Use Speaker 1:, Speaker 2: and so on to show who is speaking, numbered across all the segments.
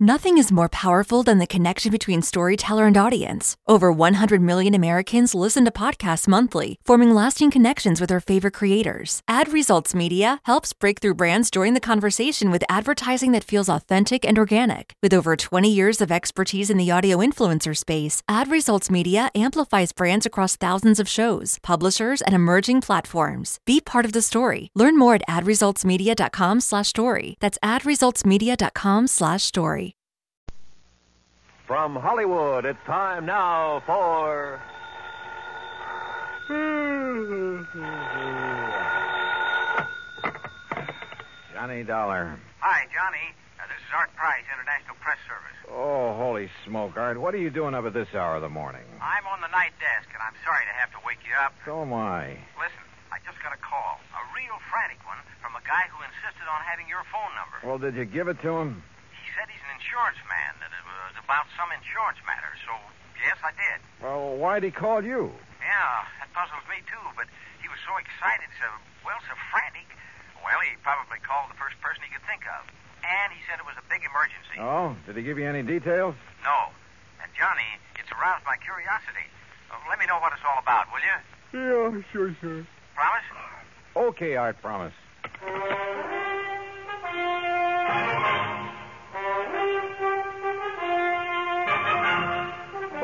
Speaker 1: Nothing is more powerful than the connection between storyteller and audience. Over 100 million Americans listen to podcasts monthly, forming lasting connections with their favorite creators. Ad Results Media helps breakthrough brands join the conversation with advertising that feels authentic and organic. With over 20 years of expertise in the audio influencer space, Ad Results Media amplifies brands across thousands of shows, publishers, and emerging platforms. Be part of the story. Learn more at adresultsmedia.com/story. That's adresultsmedia.com/story.
Speaker 2: From Hollywood, it's time now for. Hmm. Johnny Dollar.
Speaker 3: Hi, Johnny. Uh, this is Art Price, International Press Service.
Speaker 2: Oh, holy smoke, Art. What are you doing up at this hour of the morning?
Speaker 3: I'm on the night desk, and I'm sorry to have to wake you up.
Speaker 2: So am I.
Speaker 3: Listen, I just got a call. A real frantic one from a guy who insisted on having your phone number.
Speaker 2: Well, did you give it to him?
Speaker 3: He said he's an insurance man, that it was about some insurance matter, so yes, I did.
Speaker 2: Well, why'd he call you?
Speaker 3: Yeah, that puzzles me too, but he was so excited, so, well, so frantic. Well, he probably called the first person he could think of. And he said it was a big emergency.
Speaker 2: Oh, did he give you any details?
Speaker 3: No. And, Johnny, it's aroused my curiosity. Uh, let me know what it's all about, will you?
Speaker 2: Yeah, sure, sure.
Speaker 3: Promise?
Speaker 2: Okay, Art, promise.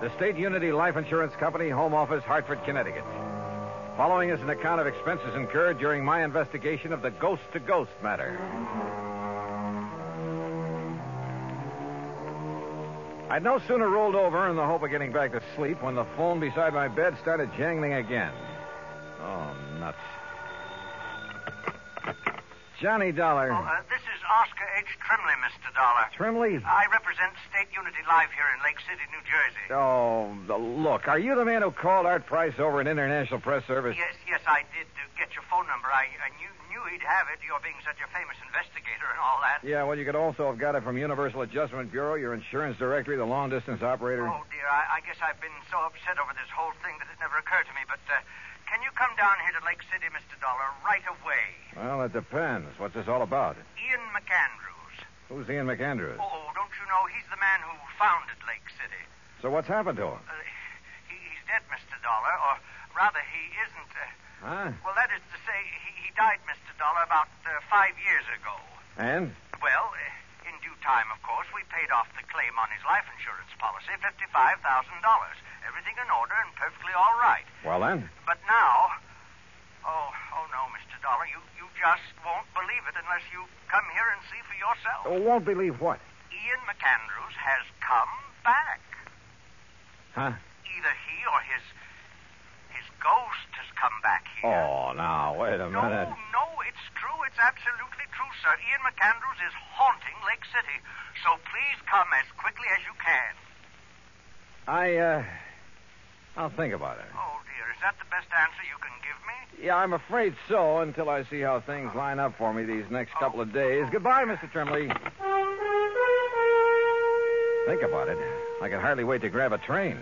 Speaker 2: The State Unity Life Insurance Company, Home Office, Hartford, Connecticut. Following is an account of expenses incurred during my investigation of the ghost to ghost matter. I'd no sooner rolled over in the hope of getting back to sleep when the phone beside my bed started jangling again. Oh, nuts. Johnny Dollar.
Speaker 3: Oh, uh, this is Oscar H. Trimley, Mr. Dollar.
Speaker 2: Trimley?
Speaker 3: I represent State Unity Live here in Lake City, New Jersey.
Speaker 2: Oh, the- look, are you the man who called Art Price over at International Press Service?
Speaker 3: Yes, yes, I did uh, get your phone number. I, I knew, knew he'd have it, you're being such a famous investigator and all that.
Speaker 2: Yeah, well, you could also have got it from Universal Adjustment Bureau, your insurance directory, the long distance operator.
Speaker 3: Oh, dear, I, I guess I've been so upset over this whole thing that it never occurred to me, but uh, can you come down here to Lake City, Mr. Dollar, right away?
Speaker 2: Well, it depends. What's this all about?
Speaker 3: Ian McAndrews.
Speaker 2: Who's Ian McAndrews?
Speaker 3: Oh, don't you know, he's the man who founded Lake City.
Speaker 2: So what's happened to him?
Speaker 3: Uh, he, he's dead, Mr. Dollar, or rather, he isn't. Uh,
Speaker 2: Huh?
Speaker 3: well, that is to say, he, he died, Mr. Dollar, about uh, five years ago.
Speaker 2: And?
Speaker 3: Well, uh, in due time, of course, we paid off the claim on his life insurance policy, $55,000. Everything in order and perfectly all right.
Speaker 2: Well, then?
Speaker 3: But now. Oh, oh no, Mr. Dollar, you, you just won't believe it unless you come here and see for yourself.
Speaker 2: Oh, won't believe what?
Speaker 3: Ian McAndrews has come back.
Speaker 2: Huh?
Speaker 3: Either he or his. his ghost has come back here.
Speaker 2: Oh, now, wait a
Speaker 3: No,
Speaker 2: minute.
Speaker 3: no, it's true. It's absolutely true, sir. Ian McAndrews is haunting Lake City. So please come as quickly as you can.
Speaker 2: I, uh. I'll think about it.
Speaker 3: Oh, dear, is that the best answer you can give me?
Speaker 2: Yeah, I'm afraid so until I see how things line up for me these next couple of days. Goodbye, Mr. Trimley. Think about it. I could hardly wait to grab a train.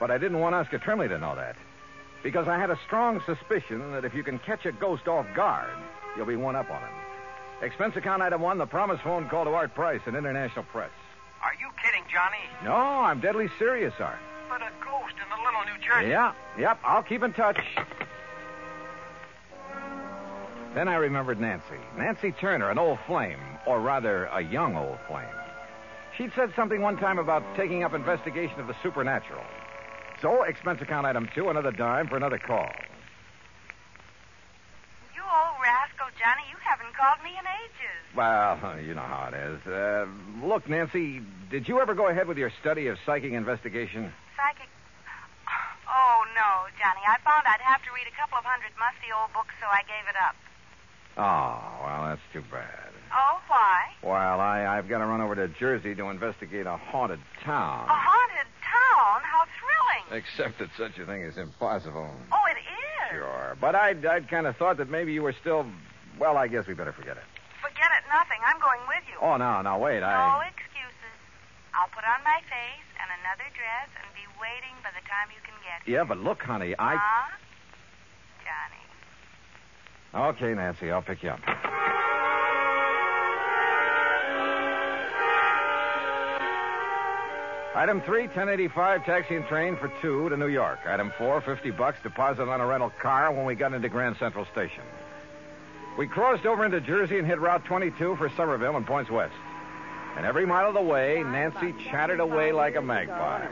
Speaker 2: But I didn't want Oscar Trimley to know that. Because I had a strong suspicion that if you can catch a ghost off guard, you'll be one up on him. Expense account item one, the promised phone call to Art Price in International Press.
Speaker 3: Are you kidding, Johnny?
Speaker 2: No, I'm deadly serious, Art.
Speaker 3: But a ghost in the little New Jersey.
Speaker 2: Yeah, yep, I'll keep in touch. Then I remembered Nancy. Nancy Turner, an old flame, or rather, a young old flame. She'd said something one time about taking up investigation of the supernatural. So, expense account item two, another dime for another call.
Speaker 4: You old rascal, Johnny, you haven't called me in ages.
Speaker 2: Well, you know how it is. Uh, look, Nancy, did you ever go ahead with your study of psychic investigation?
Speaker 4: Psychic. Oh, no, Johnny. I found I'd have to read a couple of hundred musty old books, so I gave it up.
Speaker 2: Oh, well, that's too bad.
Speaker 4: Oh, why?
Speaker 5: Oh,
Speaker 2: Well, I, I've got to run over to Jersey to investigate a haunted town.
Speaker 4: A haunted town? How
Speaker 2: Except that such a thing is impossible.
Speaker 4: Oh, it is.
Speaker 2: Sure. But I'd, I'd kind of thought that maybe you were still. Well, I guess we better forget it.
Speaker 4: Forget it, nothing. I'm going with you.
Speaker 2: Oh, no, no, wait.
Speaker 4: No
Speaker 2: I.
Speaker 4: excuses. I'll put on my face and another dress and be waiting by the time you can get here.
Speaker 2: Yeah, but look, honey, I.
Speaker 4: Huh? Johnny.
Speaker 2: Okay, Nancy, I'll pick you up. Item three, 1085, taxi and train for two to New York. Item four, 50 bucks deposit on a rental car when we got into Grand Central Station. We crossed over into Jersey and hit Route 22 for Somerville and points west. And every mile of the way, Nancy chattered away like a magpie.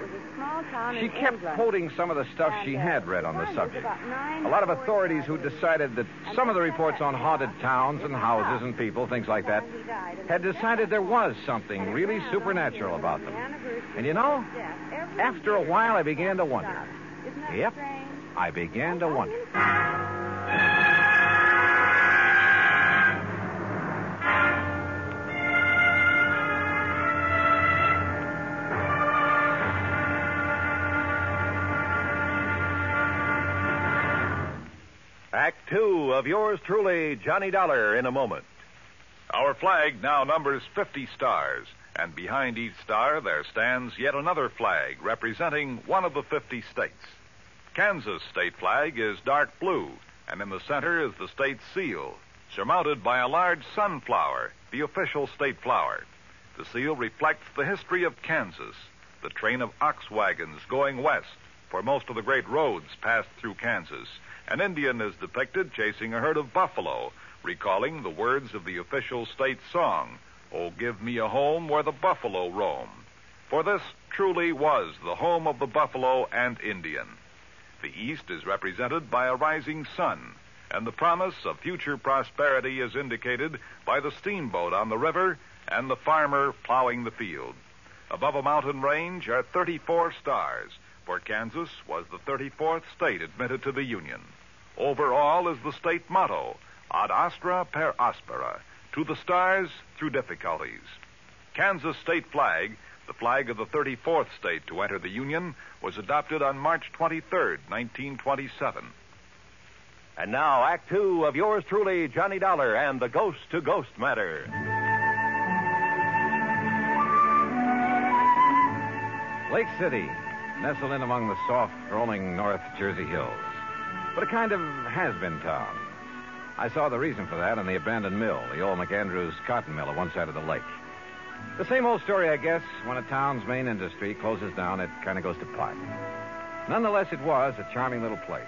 Speaker 2: She kept quoting some of the stuff she had read on the subject. A lot of authorities who decided that some of the reports on haunted towns and houses and people, things like that, had decided there was something really supernatural about them. And you know, after a while I began to wonder. Yep, I began to wonder.
Speaker 6: Act two of yours truly, Johnny Dollar, in a moment.
Speaker 7: Our flag now numbers 50 stars, and behind each star there stands yet another flag representing one of the 50 states. Kansas state flag is dark blue, and in the center is the state seal, surmounted by a large sunflower, the official state flower. The seal reflects the history of Kansas, the train of ox wagons going west, for most of the great roads passed through Kansas. An Indian is depicted chasing a herd of buffalo, recalling the words of the official state song, Oh, give me a home where the buffalo roam. For this truly was the home of the buffalo and Indian. The East is represented by a rising sun, and the promise of future prosperity is indicated by the steamboat on the river and the farmer plowing the field. Above a mountain range are 34 stars, for Kansas was the 34th state admitted to the Union. Overall is the state motto, ad astra per aspera, to the stars through difficulties. Kansas state flag, the flag of the 34th state to enter the Union, was adopted on March 23rd, 1927.
Speaker 6: And now, Act Two of yours truly, Johnny Dollar and the Ghost to Ghost Matter.
Speaker 2: Lake City, nestled in among the soft, rolling North Jersey hills. But a kind of has been town. I saw the reason for that in the abandoned mill, the old McAndrews cotton mill at one side of the lake. The same old story, I guess. When a town's main industry closes down, it kind of goes to pot. Nonetheless, it was a charming little place.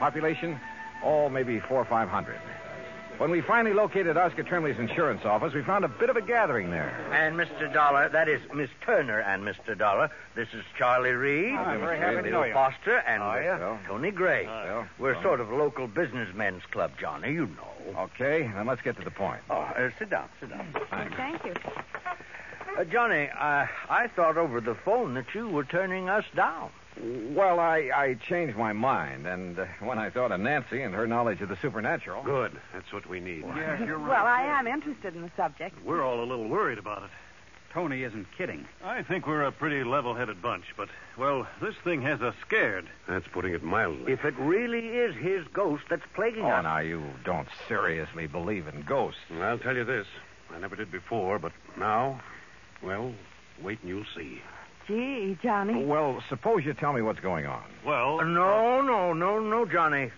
Speaker 2: Population, all maybe four or five hundred. When we finally located Oscar Trimley's insurance office, we found a bit of a gathering there.
Speaker 8: And Mr. Dollar, that is Miss Turner and Mr. Dollar. This is Charlie Reed.
Speaker 2: Hi, I'm Ah, very happy to
Speaker 8: Leo
Speaker 2: know you. Ah,
Speaker 8: Foster and
Speaker 2: How are you?
Speaker 8: uh,
Speaker 2: Well.
Speaker 8: Tony Gray.
Speaker 2: Well.
Speaker 8: We're sort of local businessmen's club, Johnny. You know.
Speaker 2: Okay, then let's get to the point.
Speaker 8: Oh, uh, sit down, sit down.
Speaker 2: Thanks.
Speaker 5: Thank you.
Speaker 8: Uh, Johnny, I I thought over the phone that you were turning us down.
Speaker 2: Well, I, I changed my mind, and uh, when I thought of Nancy and her knowledge of the supernatural.
Speaker 9: Good. That's what we need.
Speaker 10: Yes, you're
Speaker 5: Well, I am interested in the subject.
Speaker 9: We're all a little worried about it.
Speaker 10: Tony isn't kidding.
Speaker 9: I think we're a pretty level headed bunch, but, well, this thing has us scared.
Speaker 10: That's putting it mildly.
Speaker 8: If it really is his ghost that's plaguing
Speaker 2: Oh,
Speaker 8: us.
Speaker 2: now you don't seriously believe in ghosts.
Speaker 10: I'll tell you this. I never did before, but now, well, wait and you'll see.
Speaker 5: Gee, Johnny.
Speaker 2: Well, suppose you tell me what's going on.
Speaker 9: Well,
Speaker 8: Uh,
Speaker 2: uh,
Speaker 8: No, no, no, no, Johnny.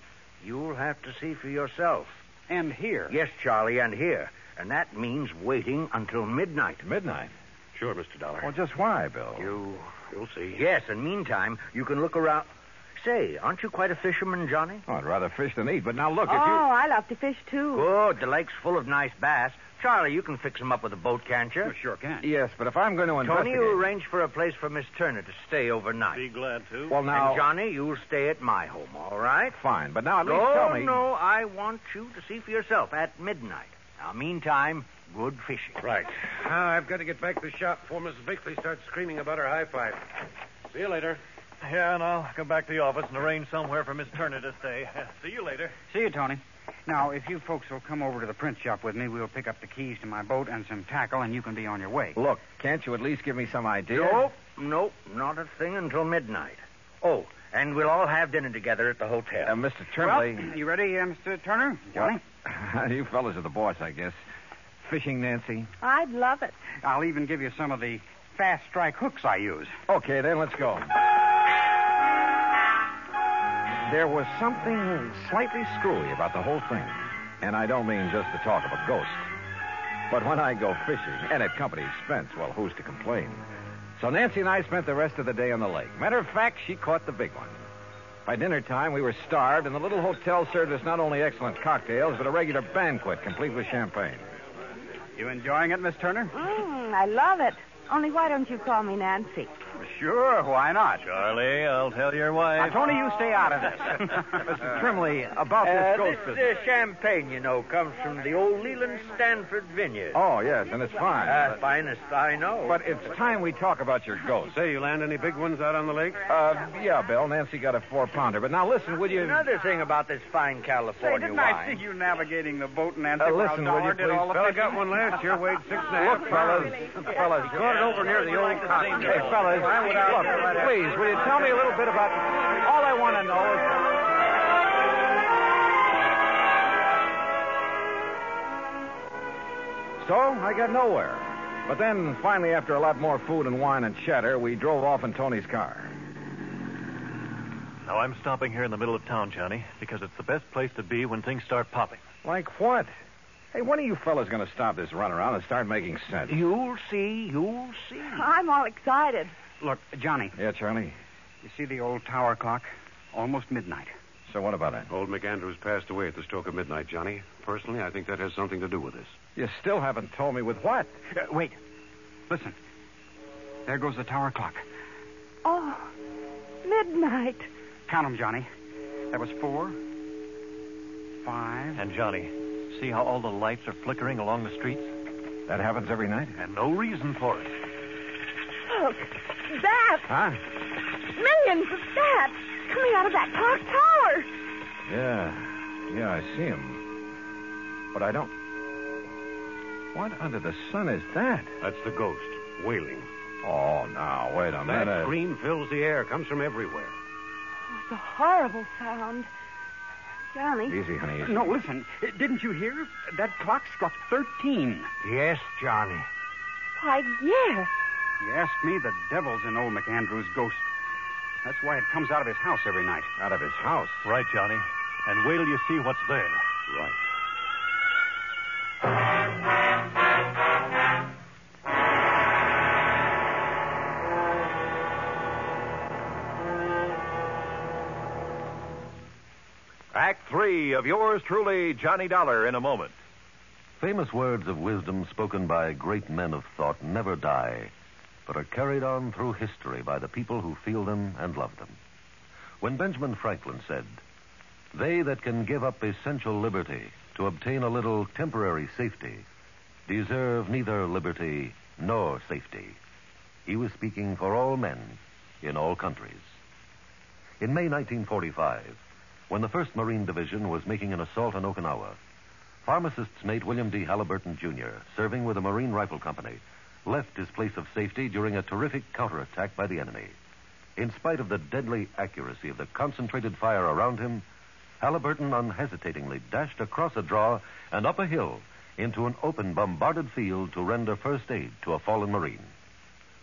Speaker 8: You'll have to see for yourself.
Speaker 10: And here.
Speaker 8: Yes, Charlie, and here. And that means waiting until midnight.
Speaker 2: Midnight.
Speaker 10: Sure, Mr. Dollar.
Speaker 2: Well, just why, Bill?
Speaker 10: You, you'll see.
Speaker 8: Yes, and meantime, you can look around. Say, aren't you quite a fisherman, Johnny?
Speaker 2: Oh, I'd rather fish than eat, but now look,
Speaker 5: oh, I love to fish, too.
Speaker 8: Good. The lake's full of nice bass. Charlie, you can fix 'em up with a boat, can't you?
Speaker 10: You sure can.
Speaker 2: if you. Yes, but if I'm going to
Speaker 8: Tony,
Speaker 2: investigate.
Speaker 8: you arrange for a place for Miss Turner to stay overnight.
Speaker 9: be glad to.
Speaker 2: Well, now.
Speaker 8: And Johnny, you'll stay at my home, all right?
Speaker 2: Fine, but now at least
Speaker 8: no,
Speaker 2: tell me.
Speaker 8: no, I want you to see for yourself at midnight. Now, meantime, good fishing.
Speaker 10: Right.
Speaker 9: Now, I've got to get back to the shop before Mrs. Bixley starts screaming about her high five. See you later. Yeah, and I'll go back to the office and arrange somewhere for Miss Turner to stay. See you later.
Speaker 10: See you, Tony. Now, if you folks will come over to the print shop with me, we'll pick up the keys to my boat and some tackle, and you can be on your way.
Speaker 2: Look, can't you at least give me some idea?
Speaker 8: Nope, nope, not a thing until midnight. Oh, and we'll all have dinner together at the hotel.
Speaker 2: Uh, Mr. Trimley.
Speaker 10: Well, you ready, uh, Mr. Turner? Johnny?
Speaker 2: you fellas are the boss, I guess. Fishing, Nancy?
Speaker 5: I'd love it.
Speaker 10: I'll even give you some of the fast strike hooks I use.
Speaker 2: Okay, then let's go. There was something slightly screwy about the whole thing. And I don't mean just the talk of a ghost. But when I go fishing, and at company expense, well, who's to complain? So Nancy and I spent the rest of the day on the lake. Matter of fact, she caught the big one. By dinner time, we were starved, and the little hotel served us not only excellent cocktails, but a regular banquet complete with champagne.
Speaker 10: You enjoying it, Miss Turner?
Speaker 5: Mm, I love it. Only why don't you call me Nancy?
Speaker 10: Sure, why not?
Speaker 9: Charlie, I'll tell your
Speaker 10: Now,
Speaker 9: wife.
Speaker 10: Tony, you stay out of this.
Speaker 8: Mr.
Speaker 2: Trimley, about
Speaker 8: Uh,
Speaker 2: this ghost
Speaker 8: this
Speaker 2: business.
Speaker 8: uh, champagne, you know, comes from the old Leland Stanford vineyard.
Speaker 2: Oh, yes, and it's fine.
Speaker 8: Uh, finest I know.
Speaker 2: But it's time we talk about your ghost.
Speaker 9: Say, you land any big ones out on the lake?
Speaker 2: Uh, yeah, Bill. Nancy got a four pounder. But now listen, will you?
Speaker 8: Another thing about this fine
Speaker 10: Say,
Speaker 8: California
Speaker 10: didn't I
Speaker 8: wine.
Speaker 10: see you navigating the boat, Nancy?
Speaker 2: Uh,
Speaker 10: while
Speaker 2: listen, will
Speaker 10: Dollar
Speaker 2: you
Speaker 10: did
Speaker 2: please?
Speaker 10: all the
Speaker 2: Fella
Speaker 10: fishing?
Speaker 2: got
Speaker 9: one last year, weighed six and a half.
Speaker 2: Look, fellas, fellas, got it over near the old cotton. Hey, fellas, look, please, will you tell me a little bit about? All I want to know is. So I got nowhere. But then, finally, after a lot more food and wine and chatter, we drove off in Tony's car.
Speaker 9: Now, I'm stopping here in the middle of town, Johnny, because it's the best place to be when things start popping.
Speaker 2: Like what? Hey, when are you fellas going to stop this runaround and start making sense?
Speaker 10: You'll see, you'll see.
Speaker 5: I'm all excited.
Speaker 10: Look, Johnny,
Speaker 2: Yeah, Charlie.
Speaker 10: you see the old tower clock? Almost midnight.
Speaker 2: So what about it?
Speaker 11: Old McAndrews passed away at the stroke of midnight, Johnny. Personally, I think that has something to do with this.
Speaker 2: You still haven't told me with what.
Speaker 10: Uh, wait. Listen. There goes the tower clock.
Speaker 5: Oh, midnight.
Speaker 10: Count 'em, Johnny. That was four, five,
Speaker 9: And, Johnny, see how all the lights are flickering along the streets?
Speaker 2: That happens every night.
Speaker 9: And no reason for it.
Speaker 5: Look, Oh, that.
Speaker 2: Huh?
Speaker 5: Millions of that coming out of that clock tower.
Speaker 2: Yeah. Yeah, I see him. But I don't. What under the sun is that?
Speaker 11: That's the ghost, wailing.
Speaker 2: Oh, now, wait a
Speaker 11: That
Speaker 2: minute.
Speaker 11: scream fills the air, comes from everywhere.
Speaker 5: Oh, it's a horrible sound. Johnny.
Speaker 2: Easy, honey. easy.
Speaker 10: No, listen. Uh, Didn't you hear? That clock struck 13.
Speaker 8: Yes, Johnny.
Speaker 5: Why, yes.
Speaker 10: You asked me, the devil's in old McAndrew's ghost. That's why it comes out of his house every night.
Speaker 2: Out of his house.
Speaker 9: Right, Johnny. And wait till you see what's there.
Speaker 11: Right.
Speaker 6: Act three of yours truly, Johnny Dollar, in a moment. Famous words of wisdom spoken by great men of thought never die, but are carried on through history by the people who feel them and love them. When Benjamin Franklin said, They that can give up essential liberty to obtain a little temporary safety deserve neither liberty nor safety, he was speaking for all men in all countries. In May 1945, when the 1st Marine Division was making an assault on Okinawa, pharmacist Nate William D. Halliburton, Jr., serving with the Marine Rifle Company, left his place of safety during a terrific counterattack by the enemy. In spite of the deadly accuracy of the concentrated fire around him, Halliburton unhesitatingly dashed across a draw and up a hill into an open, bombarded field to render first aid to a fallen Marine.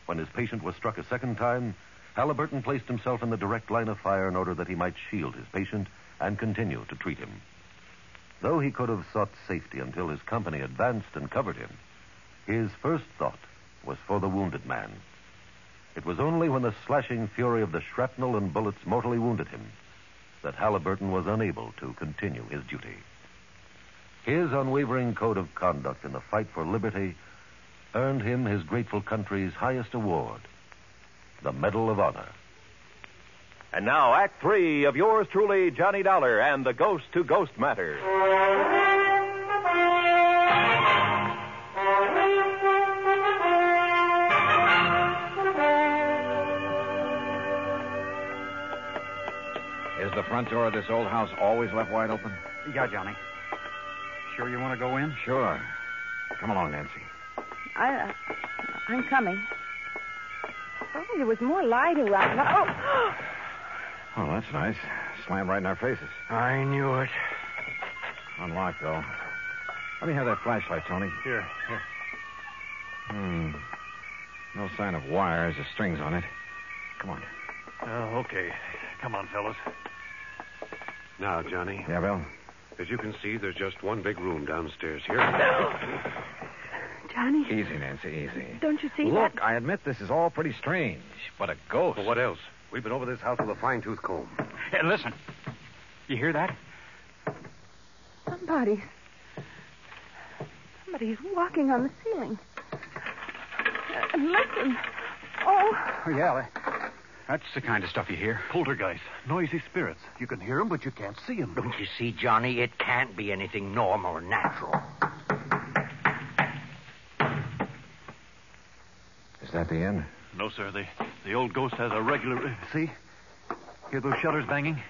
Speaker 6: When his patient was struck a second time, Halliburton placed himself in the direct line of fire in order that he might shield his patient and continue to treat him. Though he could have sought safety until his company advanced and covered him, his first thought was for the wounded man. It was only when the slashing fury of the shrapnel and bullets mortally wounded him that Halliburton was unable to continue his duty. His unwavering code of conduct in the fight for liberty earned him his grateful country's highest award, the Medal of Honor. And now, Act Three of yours truly, Johnny Dollar, and the Ghost to Ghost Matter.
Speaker 2: Is the front door of this old house always left wide open?
Speaker 10: Yeah, Johnny. Sure you want to go in?
Speaker 2: Sure. Come along, Nancy.
Speaker 5: I, uh, I'm coming. Oh, there was more light around. Oh,
Speaker 2: Oh, that's nice. Slammed right in our faces.
Speaker 8: I knew it.
Speaker 2: Unlocked, though. Let me have that flashlight, Tony.
Speaker 9: Here, here.
Speaker 2: Hmm. No sign of wires or strings on it. Come on.
Speaker 9: Oh, okay. Come on, fellas.
Speaker 11: Now, Johnny.
Speaker 2: Yeah, Bill?
Speaker 11: As you can see, there's just one big room downstairs here.
Speaker 5: Johnny?
Speaker 2: Easy, Nancy, easy.
Speaker 5: Don't you see
Speaker 2: Look,
Speaker 5: that?
Speaker 2: I admit this is all pretty strange, but a ghost.
Speaker 11: Well, what else? We've been over this house with a fine tooth comb.
Speaker 12: Hey, listen. You hear that?
Speaker 5: Somebody's. Somebody's walking on the ceiling. Uh, And listen. Oh,
Speaker 10: Oh, yeah. that- That's the kind of stuff you hear.
Speaker 12: Poltergeist. Noisy spirits. You can hear them, but you can't see them.
Speaker 3: Don't you see, Johnny? It can't be anything normal or natural.
Speaker 2: Is that the end?
Speaker 12: No, sir. The, the old ghost has a regular. See? Hear those shutters banging?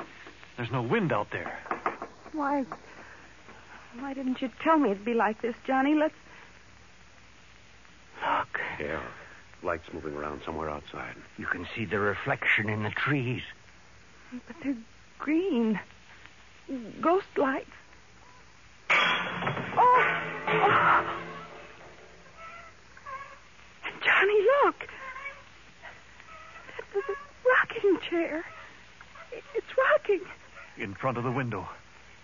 Speaker 12: There's no wind out there.
Speaker 5: why. Why didn't you tell me it'd be like this, Johnny? Let's. Look.
Speaker 11: Yeah. Lights moving around somewhere outside.
Speaker 3: You can see the reflection in the trees.
Speaker 5: But they're green. Ghost lights. Oh! oh. And Johnny, look! That was a rocking chair. It- It's rocking.
Speaker 12: In front of the window,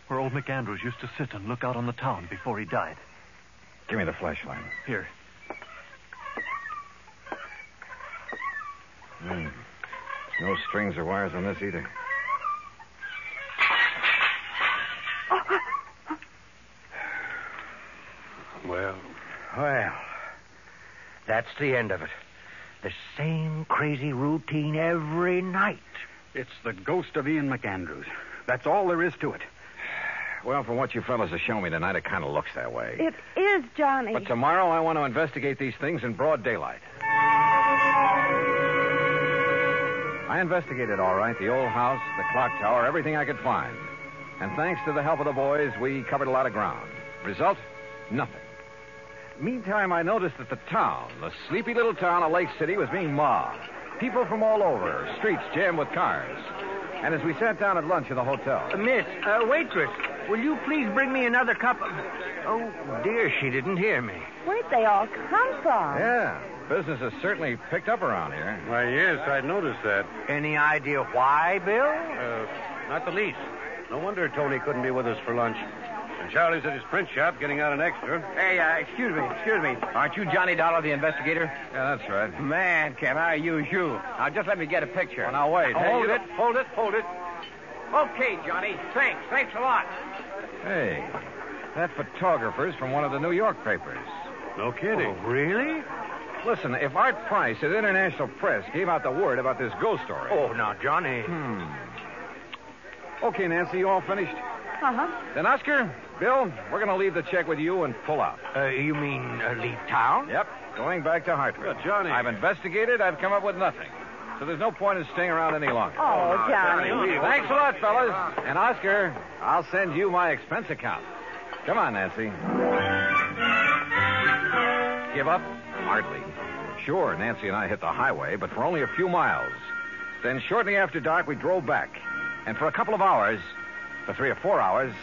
Speaker 12: where old McAndrews used to sit and look out on the town before he died.
Speaker 2: Give me the flashlight.
Speaker 12: Here.
Speaker 2: Hmm. No strings or wires on this either.
Speaker 5: Oh,
Speaker 11: Well,
Speaker 3: Well, that's the end of it. The same crazy routine every night.
Speaker 10: It's the ghost of Ian McAndrews. That's all there is to it.
Speaker 2: Well, from what you fellas have shown me tonight, it kind of looks that way.
Speaker 5: It is Johnny.
Speaker 2: But tomorrow, I want to investigate these things in broad daylight. I investigated, all right, the old house, the clock tower, everything I could find. And thanks to the help of the boys, we covered a lot of ground. Result? Nothing. Meantime, I noticed that the town, the sleepy little town of Lake City, was being mobbed. People from all over, streets jammed with cars. And as we sat down at lunch in the hotel.
Speaker 8: miss, uh, waitress, will you please bring me another cup of.
Speaker 3: Oh, dear, she didn't hear me.
Speaker 5: Where'd they all come from?
Speaker 2: Yeah, business has certainly picked up around here.
Speaker 11: Why, yes, I'd noticed that.
Speaker 3: Any idea why, Bill?
Speaker 11: Uh, not the least. No wonder Tony couldn't be with us for lunch. And Charlie's at his print shop getting out an extra.
Speaker 8: Hey, uh, excuse me, excuse me. Aren't you Johnny Dollar, the investigator?
Speaker 2: Yeah, that's right.
Speaker 8: Man, can I use you? Now, just let me get a picture.
Speaker 2: Well, now, wait. Hey,
Speaker 8: hold
Speaker 2: you-
Speaker 8: it, hold it, hold it. Okay, Johnny. Thanks. Thanks a lot.
Speaker 2: Hey, that photographer's from one of the New York papers. Oh,
Speaker 11: No kidding.
Speaker 2: really? Listen, if Art Price at International Press gave out the word about this ghost story.
Speaker 3: Oh, now, Johnny.
Speaker 2: Hmm. Okay, Nancy, you all finished?
Speaker 5: Uh-huh.
Speaker 2: Then, Oscar, Bill, we're going to leave the check with you and pull out.
Speaker 3: Uh, you mean uh, leave town?
Speaker 2: Yep, going back to Hartford. Johnny. I've investigated, I've come up with nothing. So there's no point in staying around any longer.
Speaker 5: Oh, Johnny.
Speaker 2: Thanks a lot, fellas. And Oscar, I'll send you my expense account. Come on, Nancy. Give up? Hardly. Sure, Nancy and I hit the highway, but for only a few miles. Then shortly after dark, we drove back. And for a couple of hours, for three or four hours,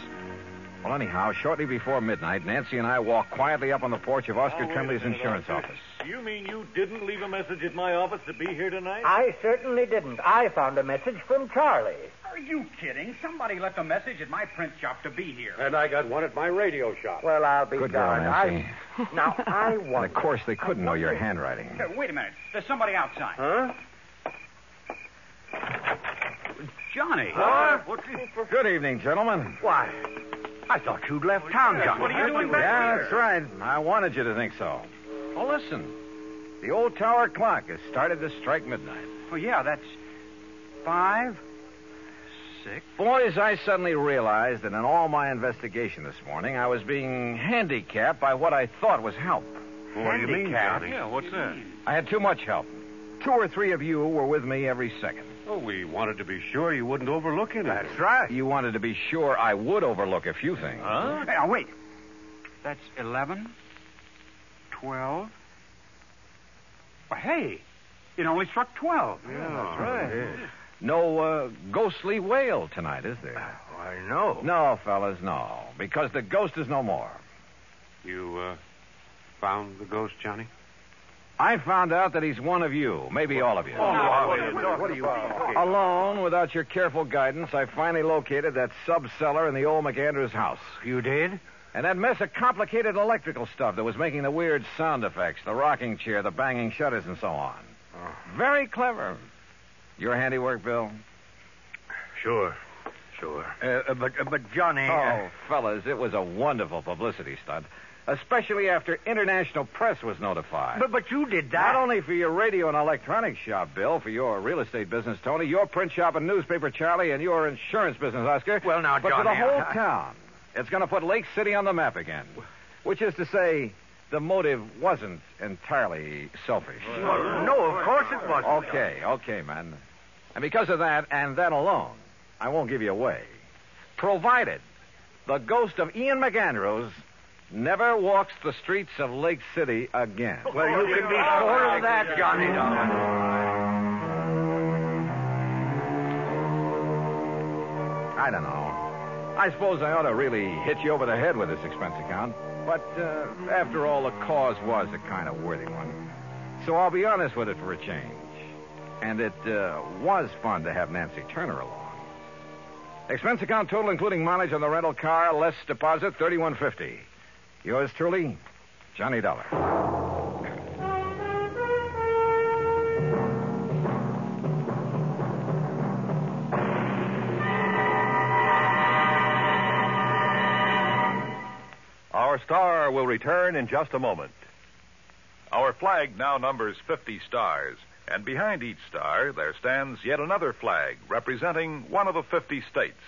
Speaker 2: well, anyhow, shortly before midnight, Nancy and I walked quietly up on the porch of Oscar
Speaker 9: Oh, wait a
Speaker 2: Tremblay's
Speaker 9: minute,
Speaker 2: insurance
Speaker 9: Oscar.
Speaker 2: office.
Speaker 9: You mean you didn't leave a message at my office to be here tonight?
Speaker 3: I certainly didn't. I found a message from Charlie.
Speaker 10: Are you kidding? Somebody left a message at my print shop to be here.
Speaker 11: And I got one at my radio shop.
Speaker 3: Well, I'll be
Speaker 2: Good girl,
Speaker 3: darned.
Speaker 2: Nancy.
Speaker 3: I... Now, I
Speaker 2: And
Speaker 3: wonder.
Speaker 2: of course, they couldn't know your handwriting.
Speaker 10: Hey, wait a minute. There's somebody outside.
Speaker 11: Huh?
Speaker 10: Johnny.
Speaker 2: Huh? Good evening, gentlemen.
Speaker 3: Why? I thought you'd left town, Johnny.
Speaker 9: What are you doing back
Speaker 2: yeah,
Speaker 9: here?
Speaker 2: that's right. I wanted you to think so. Well, listen. The old tower clock has started to strike midnight.
Speaker 10: Oh, yeah, that's five. Six.
Speaker 2: Boys, I suddenly realized that in all my investigation this morning, I was being handicapped by what I thought was help.
Speaker 11: What do you mean,
Speaker 2: Handicap.
Speaker 11: Johnny?
Speaker 9: Yeah, what's that?
Speaker 2: I had too much help. Two or three of you were with me every second.
Speaker 11: Oh, we wanted to be sure you wouldn't overlook anything. That's
Speaker 10: right.
Speaker 2: You wanted to be sure I would overlook a few things.
Speaker 9: Huh?
Speaker 10: Hey, now, wait. That's eleven. Twelve. Well, hey, it only struck twelve.
Speaker 11: Yeah, that's right.
Speaker 2: No uh, ghostly wail tonight, is there?
Speaker 11: Oh,
Speaker 8: Why, no.
Speaker 2: No, fellas, no. Because the ghost is no more.
Speaker 11: You, uh, found the ghost, Johnny?
Speaker 2: I found out that he's one of you, maybe all of you.
Speaker 11: what are you
Speaker 3: Uh,
Speaker 2: Alone, without your careful guidance, I finally located that sub cellar in the old McAndrews house.
Speaker 8: You did?
Speaker 2: And that mess of complicated electrical stuff that was making the weird sound effects, the rocking chair, the banging shutters, and so on.
Speaker 11: Uh,
Speaker 2: Very clever. Your handiwork, Bill?
Speaker 11: Sure. Sure.
Speaker 8: Uh, but, uh, but, Johnny.
Speaker 2: Oh, fellas, it was a wonderful publicity stunt. Especially after international press was notified.
Speaker 8: But, but you did that.
Speaker 2: Not only for your radio and electronics shop, Bill, for your real estate business, Tony, your print shop and newspaper, Charlie, and your insurance business, Oscar.
Speaker 8: Well, now,
Speaker 2: but
Speaker 8: Johnny,
Speaker 2: for the whole
Speaker 8: I-
Speaker 2: town. It's going to put Lake City on the map again. Which is to say, the motive wasn't entirely selfish.
Speaker 8: No, of course it wasn't.
Speaker 2: Okay, okay, man. And because of that, and that alone, I won't give you away. Provided the ghost of Ian McAndrews never walks the streets of Lake City again.
Speaker 8: Well, you can be sure of that, Johnny.
Speaker 2: I don't know. I suppose I ought to really hit you over the head with this expense account. But uh, after all, the cause was a kind of worthy one. So I'll be honest with it for a change. And it uh, was fun to have Nancy Turner along. Expense account total, including mileage on the rental car, less deposit, thirty-one fifty. Yours truly, Johnny Dollar.
Speaker 7: Our star will return in just a moment. Our flag now numbers 50 stars, and behind each star there stands yet another flag representing one of the 50 states.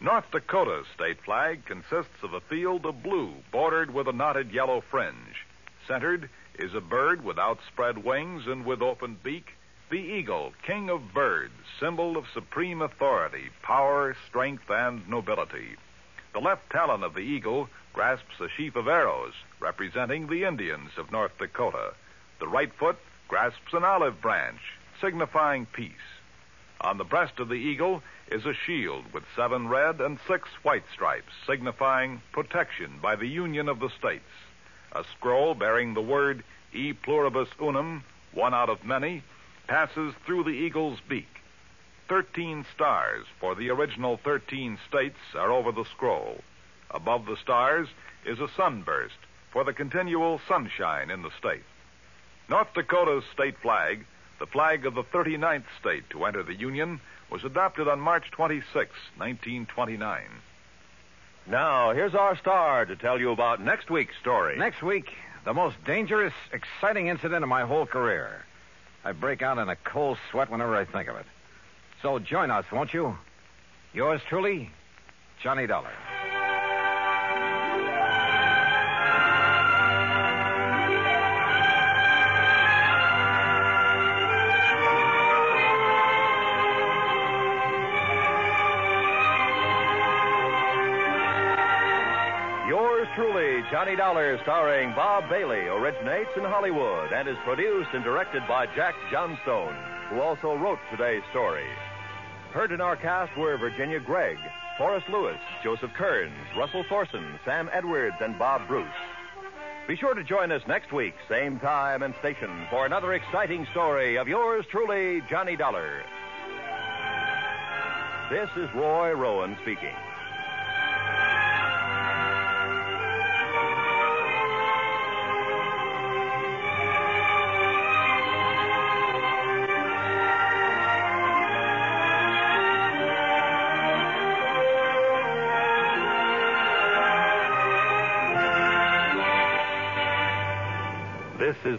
Speaker 7: North Dakota's state flag consists of a field of blue bordered with a knotted yellow fringe. Centered is a bird with outspread wings and with open beak, the eagle, king of birds, symbol of supreme authority, power, strength, and nobility. The left talon of the eagle grasps a sheaf of arrows representing the Indians of North Dakota. The right foot grasps an olive branch signifying peace. On the breast of the eagle is a shield with seven red and six white stripes signifying protection by the Union of the States. A scroll bearing the word E pluribus unum, one out of many, passes through the eagle's beak. Thirteen stars for the original thirteen states are over the scroll. Above the stars is a sunburst for the continual sunshine in the state. North Dakota's state flag, the flag of the 39th state to enter the Union, was adopted on March 26, 1929.
Speaker 6: Now, here's our star to tell you about next week's story.
Speaker 2: Next week, the most dangerous, exciting incident of my whole career. I break out in a cold sweat whenever I think of it. So join us, won't you? Yours truly, Johnny Dollar.
Speaker 6: Yours truly, Johnny Dollar, starring Bob Bailey, originates in Hollywood and is produced and directed by Jack Johnstone, who also wrote today's story. Heard in our cast were Virginia Gregg, Forrest Lewis, Joseph Kearns, Russell Thorson, Sam Edwards, and Bob Bruce. Be sure to join us next week, same time and station, for another exciting story of yours truly, Johnny Dollar. This is Roy Rowan speaking.
Speaker 13: This is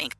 Speaker 14: Inc.